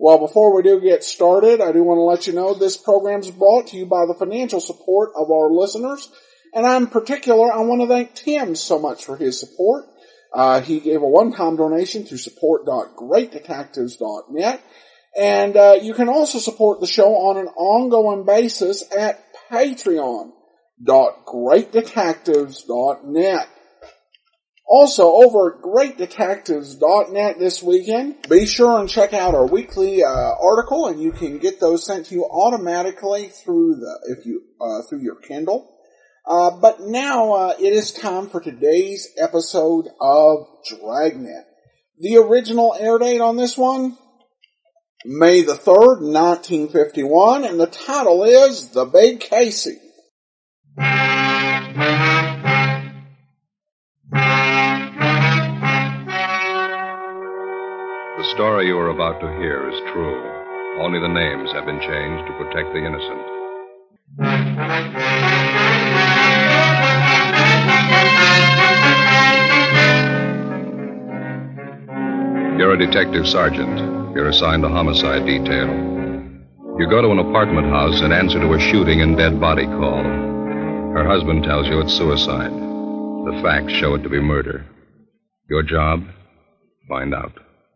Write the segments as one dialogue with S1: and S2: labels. S1: Well, before we do get started, I do want to let you know this program is brought to you by the financial support of our listeners. And in particular, I want to thank Tim so much for his support. Uh, he gave a one-time donation to support.greatdetectives.net. And uh, you can also support the show on an ongoing basis at Patreon www.greatdetectives.net. Also, over at greatdetectives.net this weekend, be sure and check out our weekly uh, article, and you can get those sent to you automatically through the if you uh, through your Kindle. Uh, but now uh, it is time for today's episode of Dragnet. The original air date on this one, May the third, nineteen fifty one, and the title is "The Big Casey."
S2: The story you are about to hear is true. Only the names have been changed to protect the innocent. You're a detective sergeant. You're assigned to homicide detail. You go to an apartment house in answer to a shooting and dead body call. Her husband tells you it's suicide. The facts show it to be murder. Your job? Find out.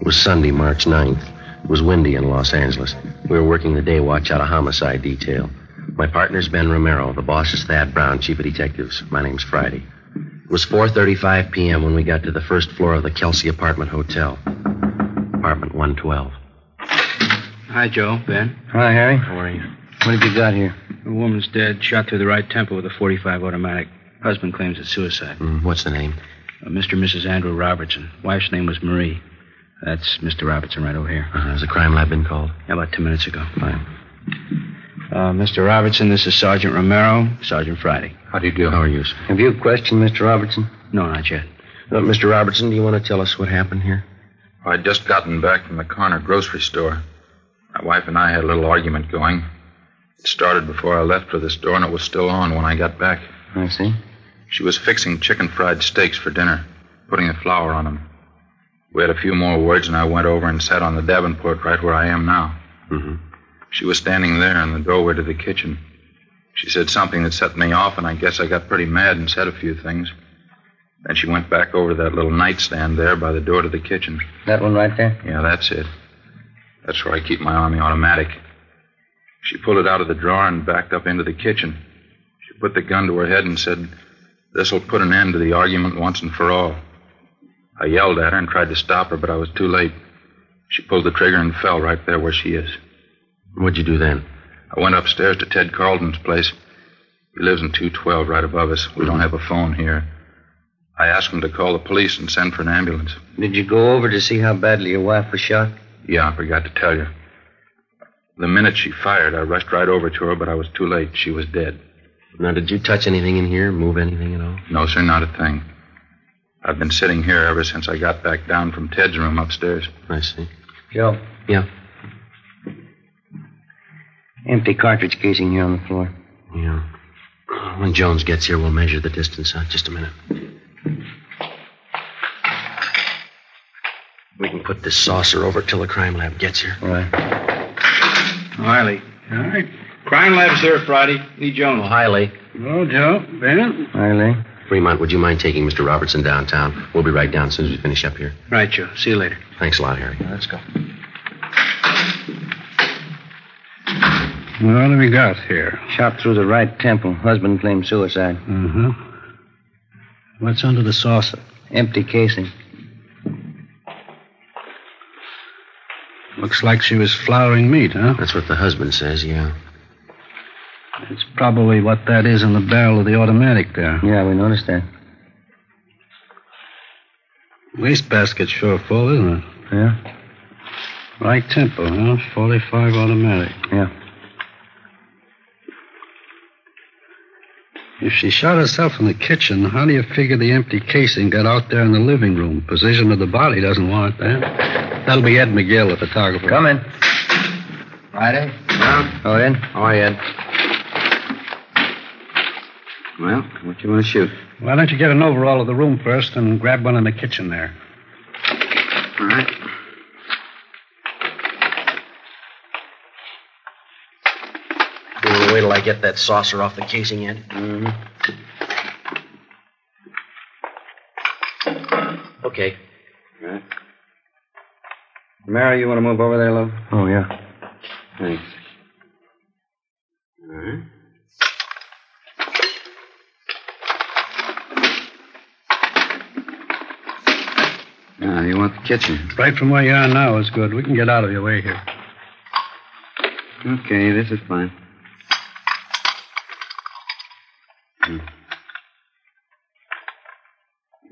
S3: It was Sunday, March 9th. It was windy in Los Angeles. We were working the day watch out of homicide detail. My partner's Ben Romero. The boss is Thad Brown, chief of detectives. My name's Friday. It was 4:35 p.m. when we got to the first floor of the Kelsey Apartment Hotel, apartment 112.
S4: Hi, Joe. Ben.
S5: Hi, Harry.
S3: How are you?
S5: What have you got here?
S4: A woman's dead, shot through the right temple with a 45 automatic. Husband claims it's suicide.
S3: Mm, what's the name?
S4: Uh, Mr. and Mrs. Andrew Robertson. Wife's name was Marie. That's Mr. Robertson right over here.
S3: Uh, has the crime lab been called?
S4: About two minutes ago. Fine. Uh, Mr. Robertson, this is Sergeant Romero, Sergeant Friday.
S3: How do you do? How are you?
S5: Have you questioned Mr. Robertson?
S4: No, not yet.
S3: Uh, Mr. Robertson, do you want to tell us what happened here?
S6: I'd just gotten back from the corner grocery store. My wife and I had a little argument going. It started before I left for the store, and it was still on when I got back.
S5: I see.
S6: She was fixing chicken fried steaks for dinner, putting the flour on them. We had a few more words, and I went over and sat on the Davenport right where I am now.
S3: Mm-hmm.
S6: She was standing there in the doorway to the kitchen. She said something that set me off, and I guess I got pretty mad and said a few things. Then she went back over to that little nightstand there by the door to the kitchen.
S5: That one right there?
S6: Yeah, that's it. That's where I keep my army automatic. She pulled it out of the drawer and backed up into the kitchen. She put the gun to her head and said, This'll put an end to the argument once and for all. I yelled at her and tried to stop her, but I was too late. She pulled the trigger and fell right there where she is.
S3: What'd you do then?
S6: I went upstairs to Ted Carlton's place. He lives in 212 right above us. We don't have a phone here. I asked him to call the police and send for an ambulance.
S5: Did you go over to see how badly your wife was shot?
S6: Yeah, I forgot to tell you. The minute she fired, I rushed right over to her, but I was too late. She was dead.
S3: Now, did you touch anything in here? Move anything at all?
S6: No, sir, not a thing. I've been sitting here ever since I got back down from Ted's room upstairs.
S3: I see.
S5: Joe,
S3: Yeah.
S5: empty cartridge casing here on the floor.
S3: Yeah. When Jones gets here, we'll measure the distance out. Just a minute. We can put this saucer over till the crime lab gets here.
S5: Right.
S4: Riley. All right. Crime lab's here, Friday. Lee Jones.
S3: Hiley.
S4: Hello, Joe. Ben.
S5: Riley?
S3: Fremont, would you mind taking Mr. Robertson downtown? We'll be right down as soon as we finish up here.
S4: Right, Joe. See you later.
S3: Thanks a lot, Harry.
S5: Let's go.
S4: What have we got here?
S5: Shot through the right temple. Husband claimed suicide.
S4: Mm-hmm. What's under the saucer?
S5: Empty casing.
S4: Looks like she was flouring meat, huh?
S3: That's what the husband says, yeah.
S4: It's probably what that is in the barrel of the automatic there.
S5: Yeah, we noticed that.
S4: Wastebasket sure full, isn't it?
S5: Yeah?
S4: Right tempo, huh? 45 automatic.
S5: Yeah.
S4: If she shot herself in the kitchen, how do you figure the empty casing got out there in the living room? Position of the body doesn't warrant that. That'll be Ed McGill, the photographer.
S5: Come in.
S3: Right, Ed?
S5: Oh, in?
S3: How are you, Ed? Well, what you want to shoot?
S4: Why don't you get an overall of the room first and grab one in the kitchen there?
S3: All right. Wait till I get that saucer off the casing, Ed. Okay.
S5: Mary, you want to move over there, love? Oh, yeah.
S3: Thanks. All right. Now, you want the kitchen?
S4: Right from where you are now is good. We can get out of your way here.
S3: Okay, this is fine. Hmm.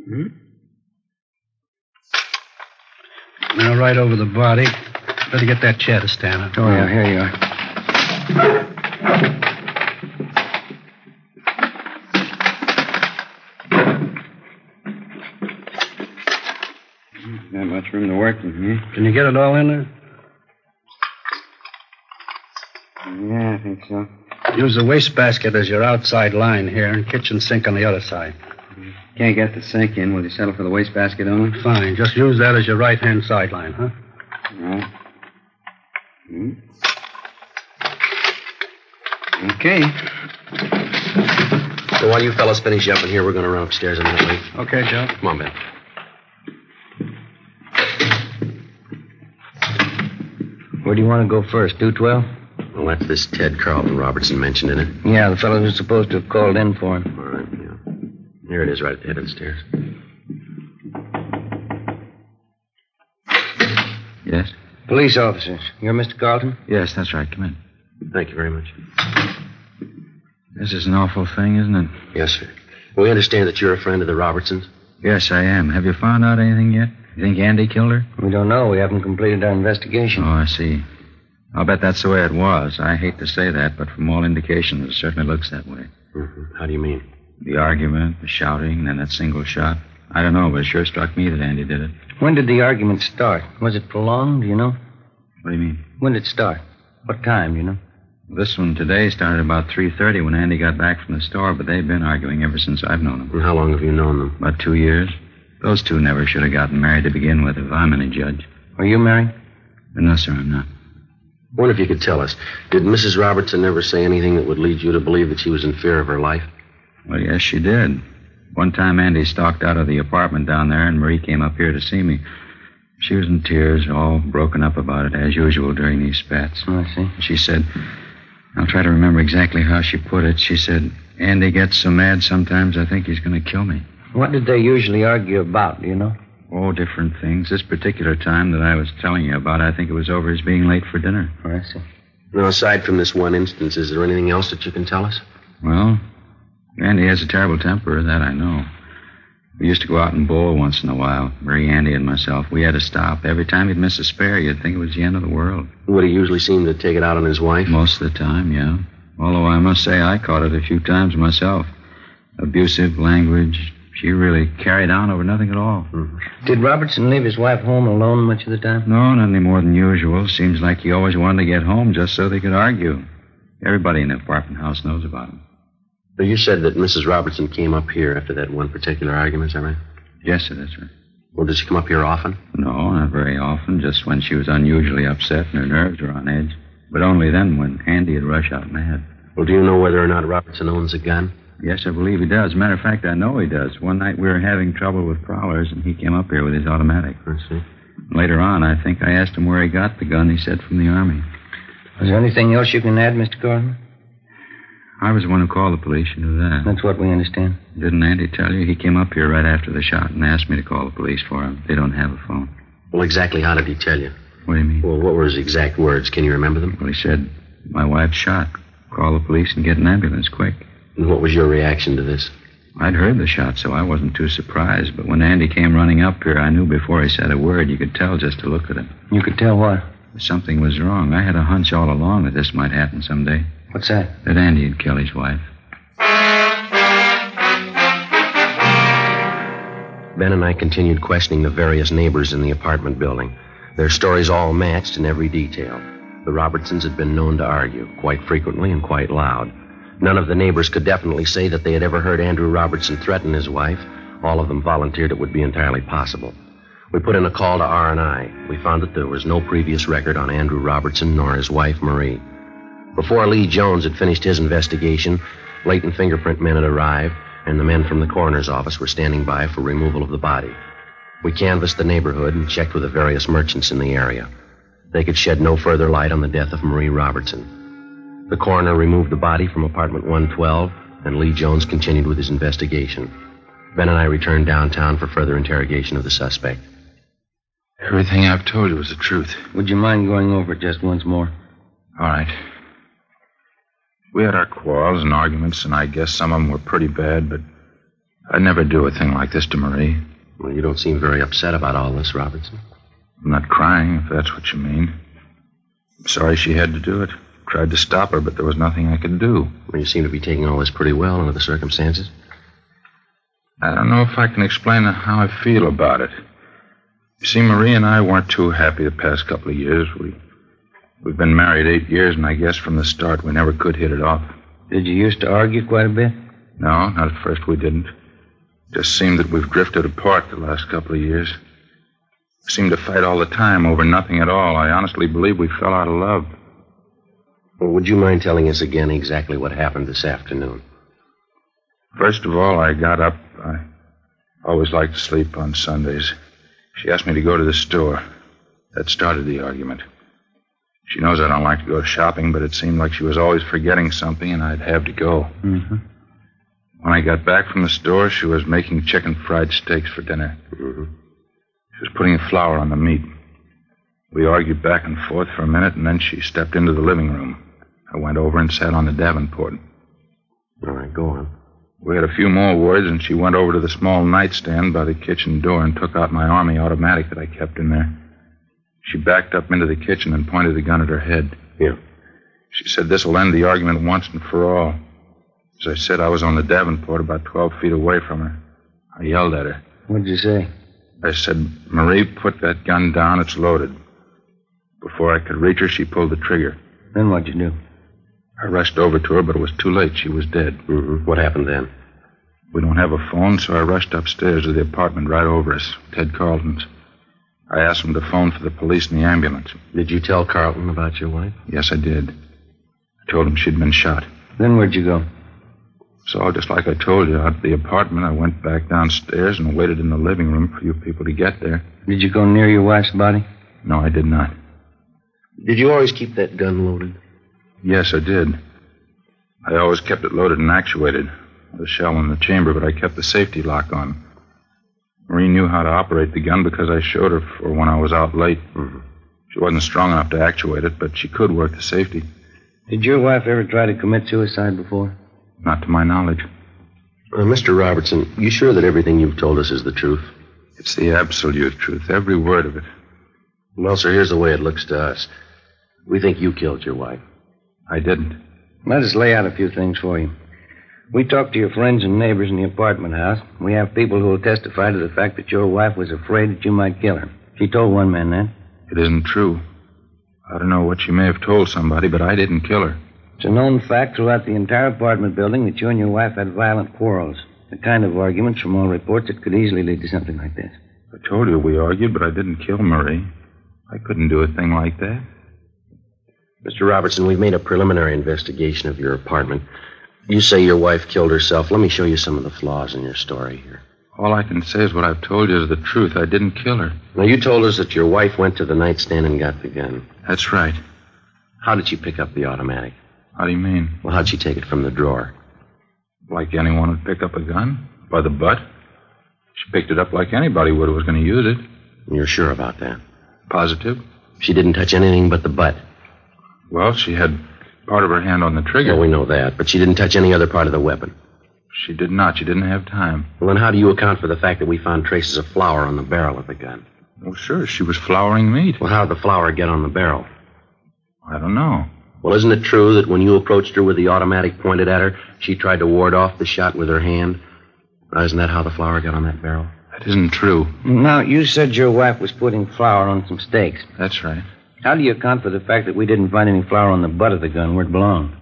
S3: Hmm?
S4: Now, right over the body. Better get that chair to stand up.
S5: Oh, yeah, here you are.
S3: Not much room to work in here.
S4: Can you get it all in there?
S3: Yeah, I think so.
S4: Use the wastebasket as your outside line here and kitchen sink on the other side.
S3: Can't get the sink in. Will you settle for the wastebasket only?
S4: Fine. Just use that as your right hand sideline, huh?
S3: All right. Hmm. Okay. So while you fellas finish up in here, we're going to run upstairs a minute, Lee.
S4: Okay, Joe.
S3: Come on, Ben.
S5: Where do you want to go first? Do 12?
S3: Well, that's this Ted Carlton Robertson mentioned in it.
S5: Yeah, the fellow who's supposed to have called in for him.
S3: All right, yeah. Here it is, right at the head of the stairs.
S5: Yes? Police officers. You're Mr. Carlton?
S6: Yes, that's right. Come in.
S3: Thank you very much.
S6: This is an awful thing, isn't it?
S3: Yes, sir. We understand that you're a friend of the Robertsons.
S6: Yes, I am. Have you found out anything yet? You think Andy killed her?
S5: We don't know. We haven't completed our investigation.
S6: Oh, I see. I'll bet that's the way it was. I hate to say that, but from all indications, it certainly looks that way.
S3: Mm-hmm. How do you mean?
S6: The argument, the shouting, then that single shot. I don't know, but it sure struck me that Andy did it.
S5: When did the argument start? Was it prolonged, do you know?
S6: What do you mean?
S5: When did it start? What time, do you know?
S6: This one today started about 3.30 when Andy got back from the store, but they've been arguing ever since I've known them.
S3: And how long have you known them?
S6: About two years. Those two never should have gotten married to begin with if I'm any judge.
S5: Are you married?
S6: But no, sir, I'm not.
S3: Wonder if you could tell us. Did Mrs. Robertson ever say anything that would lead you to believe that she was in fear of her life?
S6: Well, yes, she did. One time Andy stalked out of the apartment down there, and Marie came up here to see me. She was in tears, all broken up about it, as usual during these spats.
S5: Oh, I see.
S6: She said, I'll try to remember exactly how she put it. She said, Andy gets so mad sometimes I think he's going to kill me.
S5: What did they usually argue about, do you know?
S6: Oh, different things. This particular time that I was telling you about, I think it was over his being late for dinner.
S5: Oh, I see.
S3: Now, aside from this one instance, is there anything else that you can tell us?
S6: Well, Andy has a terrible temper, that I know. We used to go out and bowl once in a while, Marie, Andy, and myself. We had to stop. Every time he'd miss a spare, you'd think it was the end of the world.
S3: Would he usually seem to take it out on his wife?
S6: Most of the time, yeah. Although I must say I caught it a few times myself. Abusive language. She really carried on over nothing at all.
S5: Did Robertson leave his wife home alone much of the time?
S6: No, not any more than usual. Seems like he always wanted to get home just so they could argue. Everybody in the apartment house knows about him.
S3: Now, You said that Mrs. Robertson came up here after that one particular argument, is that right?
S6: Yes, sir, that's right.
S3: Well, does she come up here often?
S6: No, not very often, just when she was unusually upset and her nerves were on edge. But only then when Andy would rush out mad.
S3: Well, do you know whether or not Robertson owns a gun?
S6: Yes, I believe he does. Matter of fact, I know he does. One night we were having trouble with prowlers, and he came up here with his automatic.
S3: I see.
S7: Later on, I think I asked him where he got the gun. He said from the Army.
S5: Is there anything else you can add, Mr. Gordon?
S7: I was the one who called the police. You knew that.
S5: That's what we understand.
S7: Didn't Andy tell you? He came up here right after the shot and asked me to call the police for him. They don't have a phone.
S3: Well, exactly how did he tell you?
S7: What do you mean?
S3: Well, what were his exact words? Can you remember them?
S7: Well, he said, My wife's shot. Call the police and get an ambulance quick.
S3: And what was your reaction to this?
S7: I'd heard the shot, so I wasn't too surprised. But when Andy came running up here, I knew before he said a word, you could tell just to look at him.
S5: You could tell what?
S7: Something was wrong. I had a hunch all along that this might happen someday.
S5: What's that?
S7: That Andy would kill his wife.
S3: Ben and I continued questioning the various neighbors in the apartment building. Their stories all matched in every detail. The Robertsons had been known to argue, quite frequently and quite loud. None of the neighbors could definitely say that they had ever heard Andrew Robertson threaten his wife. All of them volunteered it would be entirely possible. We put in a call to R&I. We found that there was no previous record on Andrew Robertson nor his wife, Marie. Before Lee Jones had finished his investigation, latent fingerprint men had arrived, and the men from the coroner's office were standing by for removal of the body. We canvassed the neighborhood and checked with the various merchants in the area. They could shed no further light on the death of Marie Robertson. The coroner removed the body from apartment 112, and Lee Jones continued with his investigation. Ben and I returned downtown for further interrogation of the suspect.
S6: Everything I've told you is the truth.
S5: Would you mind going over it just once more?
S6: All right. We had our quarrels and arguments, and I guess some of them were pretty bad, but I'd never do a thing like this to Marie.
S3: Well, you don't seem very upset about all this, Robertson.
S6: I'm not crying, if that's what you mean. I'm sorry she had to do it. Tried to stop her, but there was nothing I could do.
S3: Well, you seem to be taking all this pretty well under the circumstances.
S6: I don't know if I can explain how I feel about it. You see, Marie and I weren't too happy the past couple of years. We We've been married eight years, and I guess from the start we never could hit it off.
S5: Did you used to argue quite a bit?
S6: No, not at first we didn't. Just seemed that we've drifted apart the last couple of years. We seemed to fight all the time over nothing at all. I honestly believe we fell out of love.
S3: Well, would you mind telling us again exactly what happened this afternoon?
S6: First of all, I got up. I always like to sleep on Sundays. She asked me to go to the store. That started the argument. She knows I don't like to go shopping, but it seemed like she was always forgetting something, and I'd have to go.
S5: Mm-hmm.
S6: When I got back from the store, she was making chicken fried steaks for dinner.
S3: Mm-hmm.
S6: She was putting flour on the meat. We argued back and forth for a minute, and then she stepped into the living room. I went over and sat on the davenport.
S3: All right, go on.
S6: We had a few more words, and she went over to the small nightstand by the kitchen door and took out my army automatic that I kept in there. She backed up into the kitchen and pointed the gun at her head.
S3: Yeah.
S6: She said this will end the argument once and for all. As I said, I was on the Davenport about 12 feet away from her. I yelled at her.
S5: What did you say?
S6: I said, Marie, put that gun down. It's loaded. Before I could reach her, she pulled the trigger.
S5: Then what'd you do?
S6: I rushed over to her, but it was too late. She was dead.
S3: Mm-hmm. What happened then?
S6: We don't have a phone, so I rushed upstairs to the apartment right over us, Ted Carlton's. I asked him to phone for the police and the ambulance.
S3: Did you tell Carlton about your wife?
S6: Yes, I did. I told him she'd been shot.
S5: Then where'd you go?
S6: So, just like I told you, out to the apartment, I went back downstairs and waited in the living room for you people to get there.
S5: Did you go near your wife's body?
S6: No, I did not.
S3: Did you always keep that gun loaded?
S6: Yes, I did. I always kept it loaded and actuated. The shell in the chamber, but I kept the safety lock on. Marie knew how to operate the gun because I showed her for when I was out late.
S3: Mm-hmm.
S6: She wasn't strong enough to actuate it, but she could work the safety.
S5: Did your wife ever try to commit suicide before?
S6: Not to my knowledge.
S3: Uh, Mr. Robertson, you sure that everything you've told us is the truth?
S6: It's the absolute truth, every word of it.
S3: Well, sir, here's the way it looks to us. We think you killed your wife.
S6: I didn't.
S5: Let us lay out a few things for you. We talked to your friends and neighbors in the apartment house. We have people who will testify to the fact that your wife was afraid that you might kill her. She told one man that.
S6: It isn't true. I don't know what she may have told somebody, but I didn't kill her.
S5: It's a known fact throughout the entire apartment building that you and your wife had violent quarrels. The kind of arguments from all reports that could easily lead to something like this.
S6: I told you we argued, but I didn't kill Marie. I couldn't do a thing like that.
S3: Mr. Robertson, we've made a preliminary investigation of your apartment. You say your wife killed herself. Let me show you some of the flaws in your story here.
S6: All I can say is what I've told you is the truth. I didn't kill her.
S3: Now, you told us that your wife went to the nightstand and got the gun.
S6: That's right.
S3: How did she pick up the automatic?
S6: How do you mean?
S3: Well, how'd she take it from the drawer?
S6: Like anyone would pick up a gun? By the butt? She picked it up like anybody would who was going to use it.
S3: You're sure about that?
S6: Positive.
S3: She didn't touch anything but the butt.
S6: Well, she had part of her hand on the trigger.
S3: Well, we know that, but she didn't touch any other part of the weapon.
S6: She did not. She didn't have time.
S3: Well, then how do you account for the fact that we found traces of flour on the barrel of the gun?
S6: Well, sure, she was flouring meat.
S3: Well, how'd the flour get on the barrel?
S6: I don't know.
S3: Well, isn't it true that when you approached her with the automatic pointed at her, she tried to ward off the shot with her hand? Now, isn't that how the flour got on that barrel?
S6: That isn't true.
S5: Now, you said your wife was putting flour on some steaks.
S6: That's right.
S5: How do you account for the fact that we didn't find any flour on the butt of the gun where it belonged?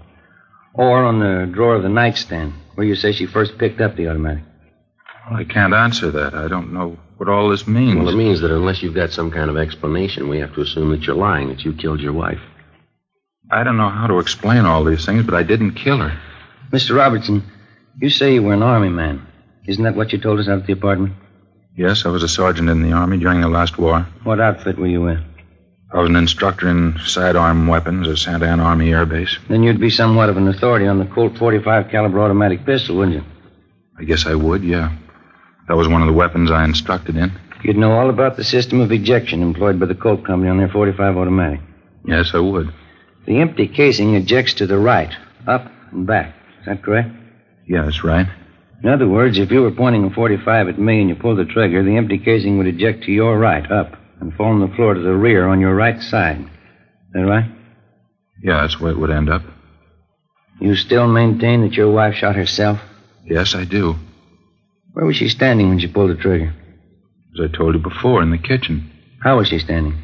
S5: Or on the drawer of the nightstand, where you say she first picked up the automatic?
S6: Well, I can't answer that. I don't know what all this means.
S3: Well, it means that unless you've got some kind of explanation, we have to assume that you're lying, that you killed your wife.
S6: I don't know how to explain all these things, but I didn't kill her.
S5: Mr. Robertson, you say you were an army man. Isn't that what you told us out at the apartment?
S6: Yes, I was a sergeant in the Army during the last war.
S5: What outfit were you in?
S6: I was an instructor in sidearm weapons at Santa Ana Army Air Base.
S5: Then you'd be somewhat of an authority on the Colt 45 caliber automatic pistol, wouldn't you?
S6: I guess I would, yeah. That was one of the weapons I instructed in.
S5: You'd know all about the system of ejection employed by the Colt company on their 45 automatic.
S6: Yes, I would.
S5: The empty casing ejects to the right, up and back. Is that correct?
S6: Yeah, that's right.
S5: In other words, if you were pointing a 45 at me and you pulled the trigger, the empty casing would eject to your right, up, and fall on the floor to the rear on your right side. Is that right?
S6: Yeah, that's where it would end up.
S5: You still maintain that your wife shot herself?
S6: Yes, I do.
S5: Where was she standing when she pulled the trigger?
S6: As I told you before, in the kitchen.
S5: How was she standing?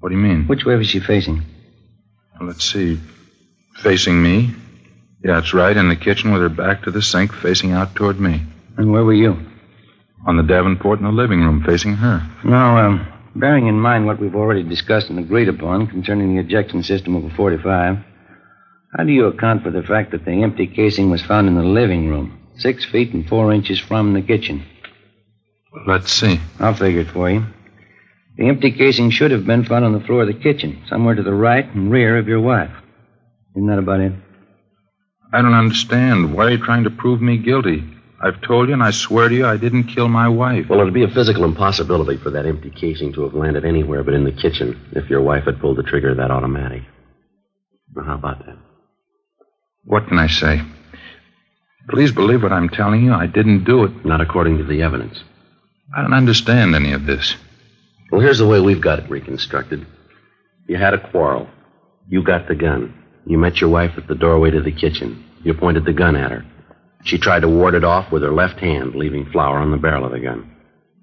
S6: What do you mean?
S5: Which way was she facing?
S6: Well, let's see. Facing me? Yeah, that's right, in the kitchen with her back to the sink, facing out toward me.
S5: And where were you?
S6: On the Davenport in the living room, facing her.
S5: Now, um, bearing in mind what we've already discussed and agreed upon concerning the ejection system of a 45, how do you account for the fact that the empty casing was found in the living room, six feet and four inches from the kitchen?
S6: Let's see.
S5: I'll figure it for you. The empty casing should have been found on the floor of the kitchen, somewhere to the right and rear of your wife. Isn't that about it?
S6: I don't understand. Why are you trying to prove me guilty? I've told you and I swear to you I didn't kill my wife.
S3: Well, it'd be a physical impossibility for that empty casing to have landed anywhere but in the kitchen if your wife had pulled the trigger of that automatic. Now, how about that?
S6: What can I say? Please believe what I'm telling you. I didn't do it.
S3: Not according to the evidence.
S6: I don't understand any of this.
S3: Well, here's the way we've got it reconstructed. You had a quarrel. You got the gun. You met your wife at the doorway to the kitchen. You pointed the gun at her. She tried to ward it off with her left hand, leaving flour on the barrel of the gun.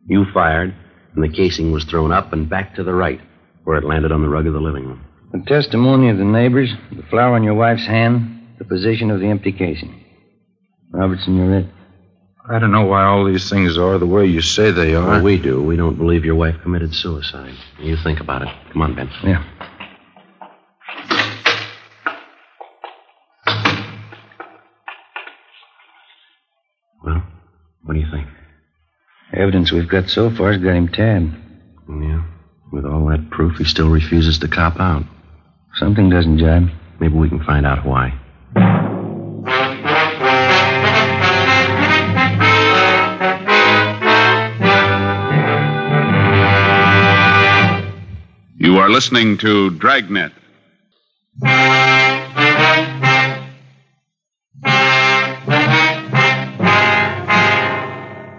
S3: You fired, and the casing was thrown up and back to the right, where it landed on the rug of the living room.
S5: The testimony of the neighbors, the flower on your wife's hand, the position of the empty casing. Robertson, you're it.
S6: I don't know why all these things are the way you say they are.
S3: Well, we do. We don't believe your wife committed suicide. You think about it. Come on, Ben.
S5: Yeah.
S3: Well, what do you think?
S5: The evidence we've got so far has got him tabbed.
S3: Yeah. With all that proof, he still refuses to cop out.
S5: Something doesn't jibe.
S3: Maybe we can find out why.
S8: You are listening to Dragnet.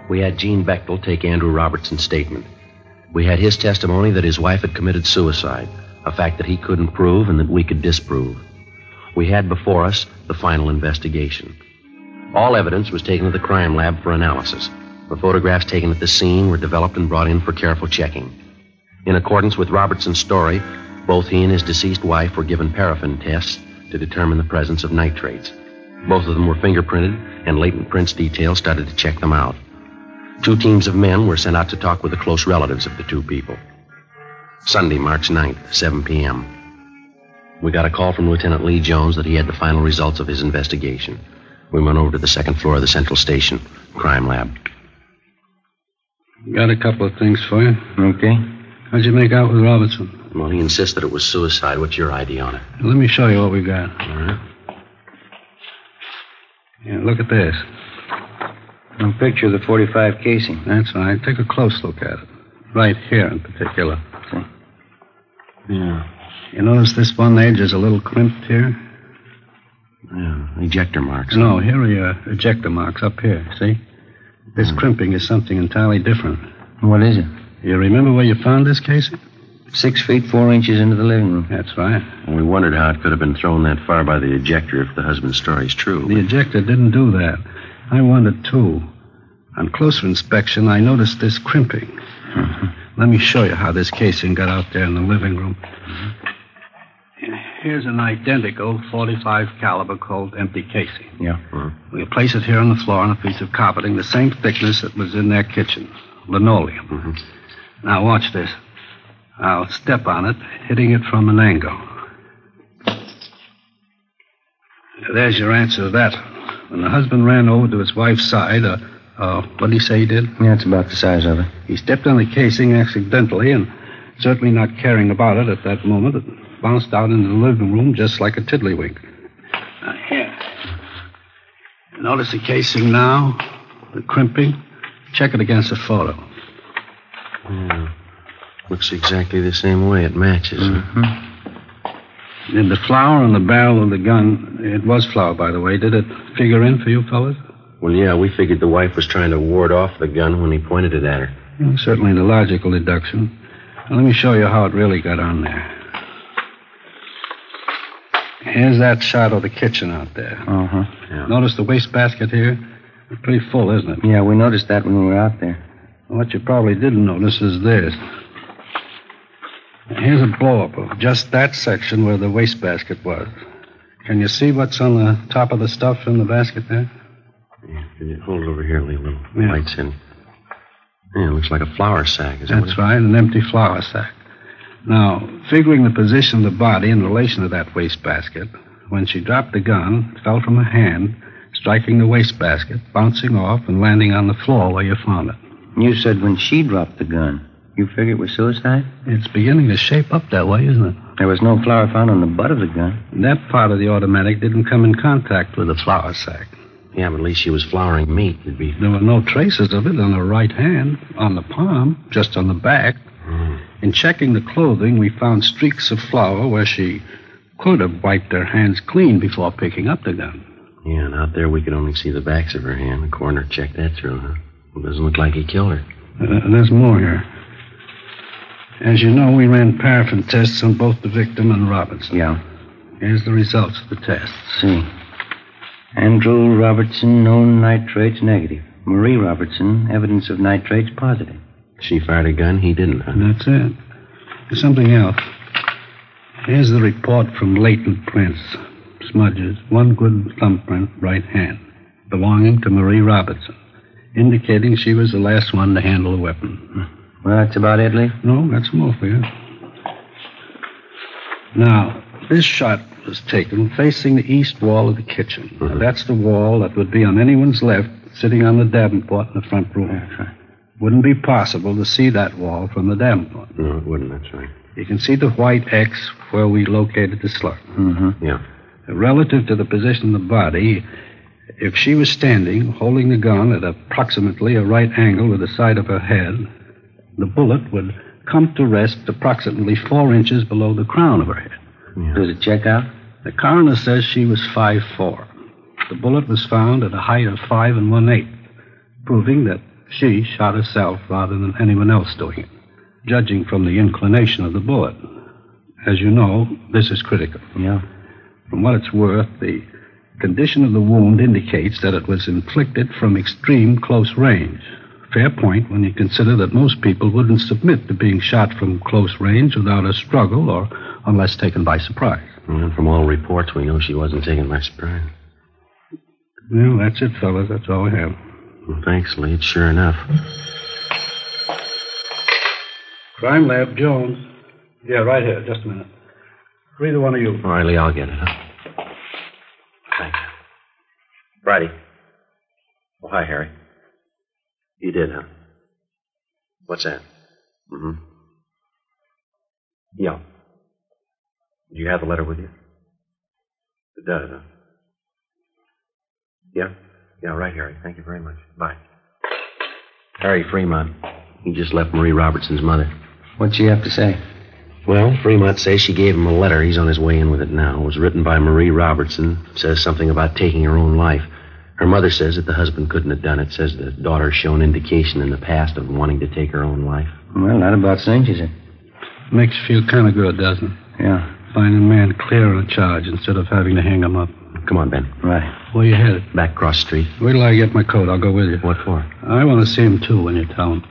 S3: We had Gene Bechtel take Andrew Robertson's statement. We had his testimony that his wife had committed suicide, a fact that he couldn't prove and that we could disprove. We had before us the final investigation. All evidence was taken to the crime lab for analysis. The photographs taken at the scene were developed and brought in for careful checking. In accordance with Robertson's story, both he and his deceased wife were given paraffin tests to determine the presence of nitrates. Both of them were fingerprinted, and latent prints detail started to check them out. Two teams of men were sent out to talk with the close relatives of the two people. Sunday, March 9th, 7 p.m. We got a call from Lieutenant Lee Jones that he had the final results of his investigation. We went over to the second floor of the central station, crime lab.
S4: Got a couple of things for you.
S5: Okay.
S4: How'd you make out with Robertson?
S3: Well, he insists that it was suicide. What's your ID on it?
S4: Let me show you what we got.
S3: All right.
S4: Yeah, look at this.
S5: A picture of the 45 casing.
S4: That's right. Take a close look at it. Right here in particular.
S3: Yeah.
S4: You notice this one edge is a little crimped here?
S3: Yeah. Ejector marks.
S4: No, here are your ejector marks up here, see? This crimping is something entirely different.
S5: What is it?
S4: You remember where you found this, Casey?
S5: Six feet, four inches into the living room.
S4: That's right.
S3: And we wondered how it could have been thrown that far by the ejector if the husband's story's true.
S4: The ejector didn't do that. I wondered, too. On closer inspection, I noticed this crimping. Let me show you how this casing got out there in the living room. Here's an identical 45 caliber Colt empty casing.
S5: Yeah.
S4: We'll place it here on the floor on a piece of carpeting the same thickness that was in their kitchen, linoleum. Now watch this. I'll step on it, hitting it from an angle. There's your answer to that. When the husband ran over to his wife's side, uh, uh, what did he say he did?
S5: Yeah, it's about the size of it.
S4: He stepped on the casing accidentally and, certainly not caring about it at that moment, it bounced out into the living room just like a tiddlywink. Now, here. Notice the casing now, the crimping. Check it against the photo.
S3: Hmm. Looks exactly the same way. It matches.
S5: Mm-hmm.
S4: Did the flour on the barrel of the gun, it was flour, by the way, did it figure in for you fellas?
S3: Well, yeah, we figured the wife was trying to ward off the gun when he pointed it at her.
S4: Well, certainly the logical deduction. Now, let me show you how it really got on there. Here's that shot of the kitchen out there.
S5: Uh huh.
S4: Notice the wastebasket here? It's pretty full, isn't it?
S5: Yeah, we noticed that when we were out there.
S4: What you probably didn't notice is this. Here's a blow up of just that section where the wastebasket was. Can you see what's on the top of the stuff in the basket there?
S3: Yeah, can you hold it over here, Lee? Little
S4: Yeah.
S3: lights in. Yeah, it looks like a flour sack. Is that
S4: That's right, an empty flour sack. Now, figuring the position of the body in relation to that wastebasket, when she dropped the gun, it fell from her hand, striking the wastebasket, bouncing off, and landing on the floor where you found it.
S5: You said when she dropped the gun, you figured it was suicide?
S4: It's beginning to shape up that way, isn't it?
S5: There was no flour found on the butt of the gun.
S4: That part of the automatic didn't come in contact with the flour sack.
S3: What? Yeah, but at least she was flouring meat. It'd be.
S4: There were no traces of it on the right hand, on the palm, just on the back. In checking the clothing, we found streaks of flour where she could have wiped her hands clean before picking up the gun.
S3: Yeah, and out there we could only see the backs of her hand. The coroner checked that through, huh? Well, doesn't look like he killed her.
S4: Uh, there's more here. As you know, we ran paraffin tests on both the victim and Robinson.
S5: Yeah.
S4: Here's the results of the tests.
S5: See. Andrew Robertson, no nitrates negative. Marie Robertson, evidence of nitrates positive.
S3: She fired a gun, he didn't, huh?
S4: And that's it. There's something else. Here's the report from latent prints. Smudges, one good thumbprint, right hand, belonging to Marie Robertson, indicating she was the last one to handle the weapon.
S5: Well, that's about it, Lee.
S4: No, that's more for you. Now, this shot was taken facing the east wall of the kitchen. Now,
S5: Mm-hmm.
S4: that's the wall that would be on anyone's left sitting on the davenport in the front room. Wouldn't be possible to see that wall from the davenport.
S3: No, it wouldn't. That's right.
S4: You can see the white X where we located the slug.
S3: Yeah.
S4: Relative to the position of the body, if she was standing, holding the gun at approximately a right angle with the side of her head, the bullet would come to rest approximately four inches below the crown of her head.
S5: Does it check out?
S4: The coroner says she was 5'4. The bullet was found at a height of 5 and 1 8, proving that she shot herself rather than anyone else doing it, judging from the inclination of the bullet. As you know, this is critical.
S5: Yeah.
S4: From what it's worth, the condition of the wound indicates that it was inflicted from extreme close range. Fair point when you consider that most people wouldn't submit to being shot from close range without a struggle or unless taken by surprise.
S3: Well, from all reports, we know she wasn't taken by surprise.
S4: Well, that's it, fellas. That's all we have.
S3: Well, thanks, Lee. It's sure enough.
S4: Crime Lab, Jones. Yeah, right here. Just a minute. Either one of you.
S3: All right, Lee, I'll get it, huh? Thanks.
S7: Friday.
S3: Oh, hi, Harry. You did, huh? What's that? Mm-hmm. Yeah. Do you have the letter with you? It does, huh? Yeah. Yeah, right, Harry. Thank you very much. Bye. Harry Fremont. He just left Marie Robertson's mother.
S5: What'd she have to say?
S3: Well, Fremont says she gave him a letter. He's on his way in with it now. It was written by Marie Robertson. Says something about taking her own life. Her mother says that the husband couldn't have done it. Says the daughter's shown indication in the past of wanting to take her own life.
S5: Well, that about cinches it.
S4: Makes you feel kind of good, doesn't it?
S5: Yeah.
S4: Find a man clear on a charge instead of having to hang him up.
S3: Come on, Ben.
S5: Right.
S4: Where you headed?
S3: Back cross street.
S4: Wait till I get my coat. I'll go with you.
S3: What for?
S4: I want to see him, too, when you tell him.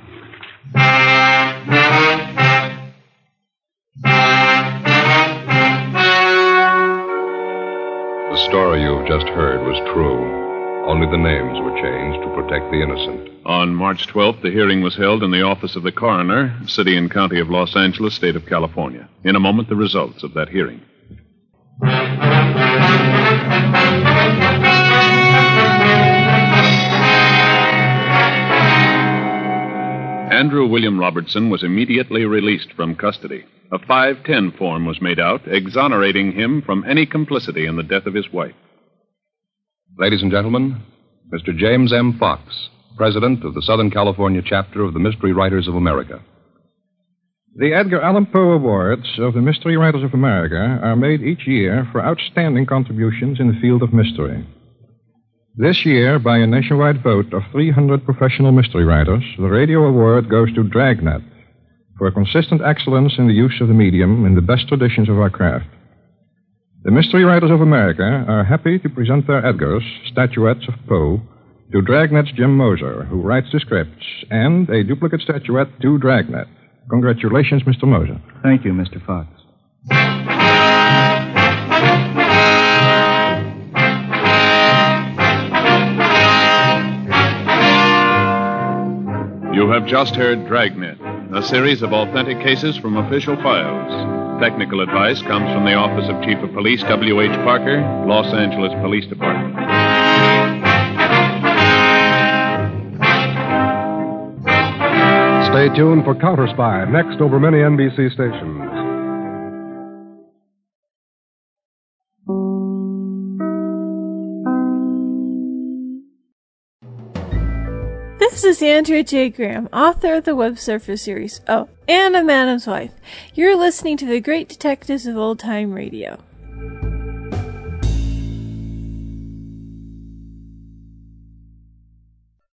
S2: The story you've just heard was true. Only the names were changed to protect the innocent.
S8: On March 12th, the hearing was held in the office of the coroner, city and county of Los Angeles, state of California. In a moment, the results of that hearing. Andrew William Robertson was immediately released from custody. A 510 form was made out exonerating him from any complicity in the death of his wife.
S2: Ladies and gentlemen, Mr. James M. Fox, President of the Southern California chapter of the Mystery Writers of America.
S9: The Edgar Allan Poe Awards of the Mystery Writers of America are made each year for outstanding contributions in the field of mystery. This year, by a nationwide vote of 300 professional mystery writers, the radio award goes to Dragnet for consistent excellence in the use of the medium in the best traditions of our craft. The Mystery Writers of America are happy to present their Edgars, statuettes of Poe, to Dragnet's Jim Moser, who writes the scripts, and a duplicate statuette to Dragnet. Congratulations, Mr. Moser.
S5: Thank you, Mr. Fox.
S8: You have just heard Dragnet, a series of authentic cases from official files. Technical advice comes from the Office of Chief of Police W.H. Parker, Los Angeles Police Department.
S10: Stay tuned for Counter Spy next over many NBC stations.
S11: This is Andrea J. Graham, author of the Web Surfer series. Oh, and a Madam's Wife. You're listening to the Great Detectives of Old Time Radio.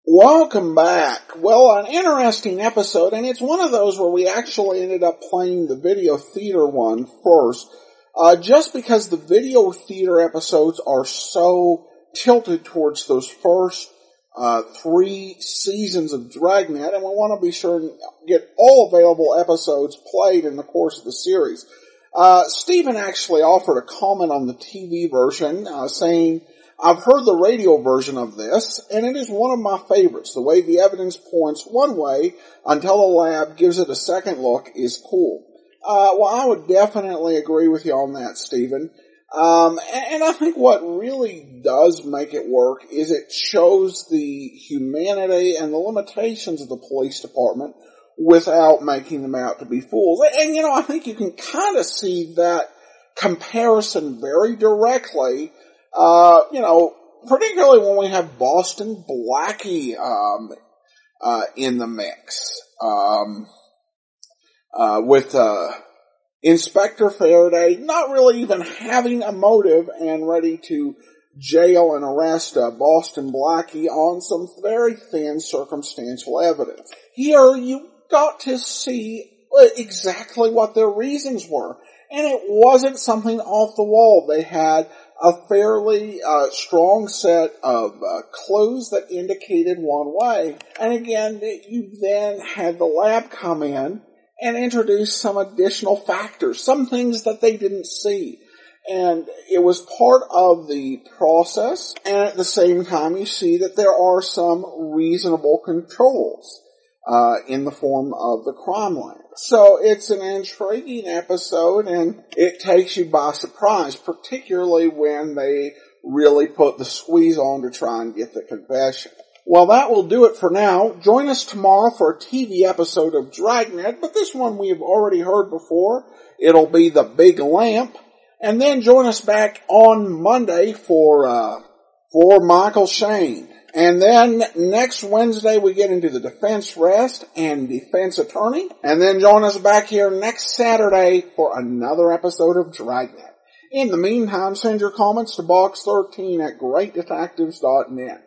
S1: Welcome back. Well, an interesting episode, and it's one of those where we actually ended up playing the video theater one first, uh, just because the video theater episodes are so tilted towards those first uh, three seasons of Dragnet, and we want to be sure and get all available episodes played in the course of the series. Uh, Stephen actually offered a comment on the TV version, uh, saying, I've heard the radio version of this, and it is one of my favorites. The way the evidence points one way until the lab gives it a second look is cool. Uh, well, I would definitely agree with you on that, Stephen. Um, and, and I think what really does make it work is it shows the humanity and the limitations of the police department without making them out to be fools. And, and you know, I think you can kind of see that comparison very directly, uh, you know, particularly when we have Boston Blackie, um, uh, in the mix, um, uh, with, uh, Inspector Faraday not really even having a motive and ready to jail and arrest uh, Boston Blackie on some very thin circumstantial evidence. Here you got to see uh, exactly what their reasons were. And it wasn't something off the wall. They had a fairly uh, strong set of uh, clues that indicated one way. And again, you then had the lab come in and introduce some additional factors, some things that they didn't see. And it was part of the process, and at the same time you see that there are some reasonable controls uh, in the form of the crime lab. So it's an intriguing episode, and it takes you by surprise, particularly when they really put the squeeze on to try and get the confession. Well, that will do it for now. Join us tomorrow for a TV episode of Dragnet, but this one we have already heard before. It'll be The Big Lamp. And then join us back on Monday for, uh, for Michael Shane. And then next Wednesday we get into the defense rest and defense attorney. And then join us back here next Saturday for another episode of Dragnet. In the meantime, send your comments to box13 at greatdetectives.net.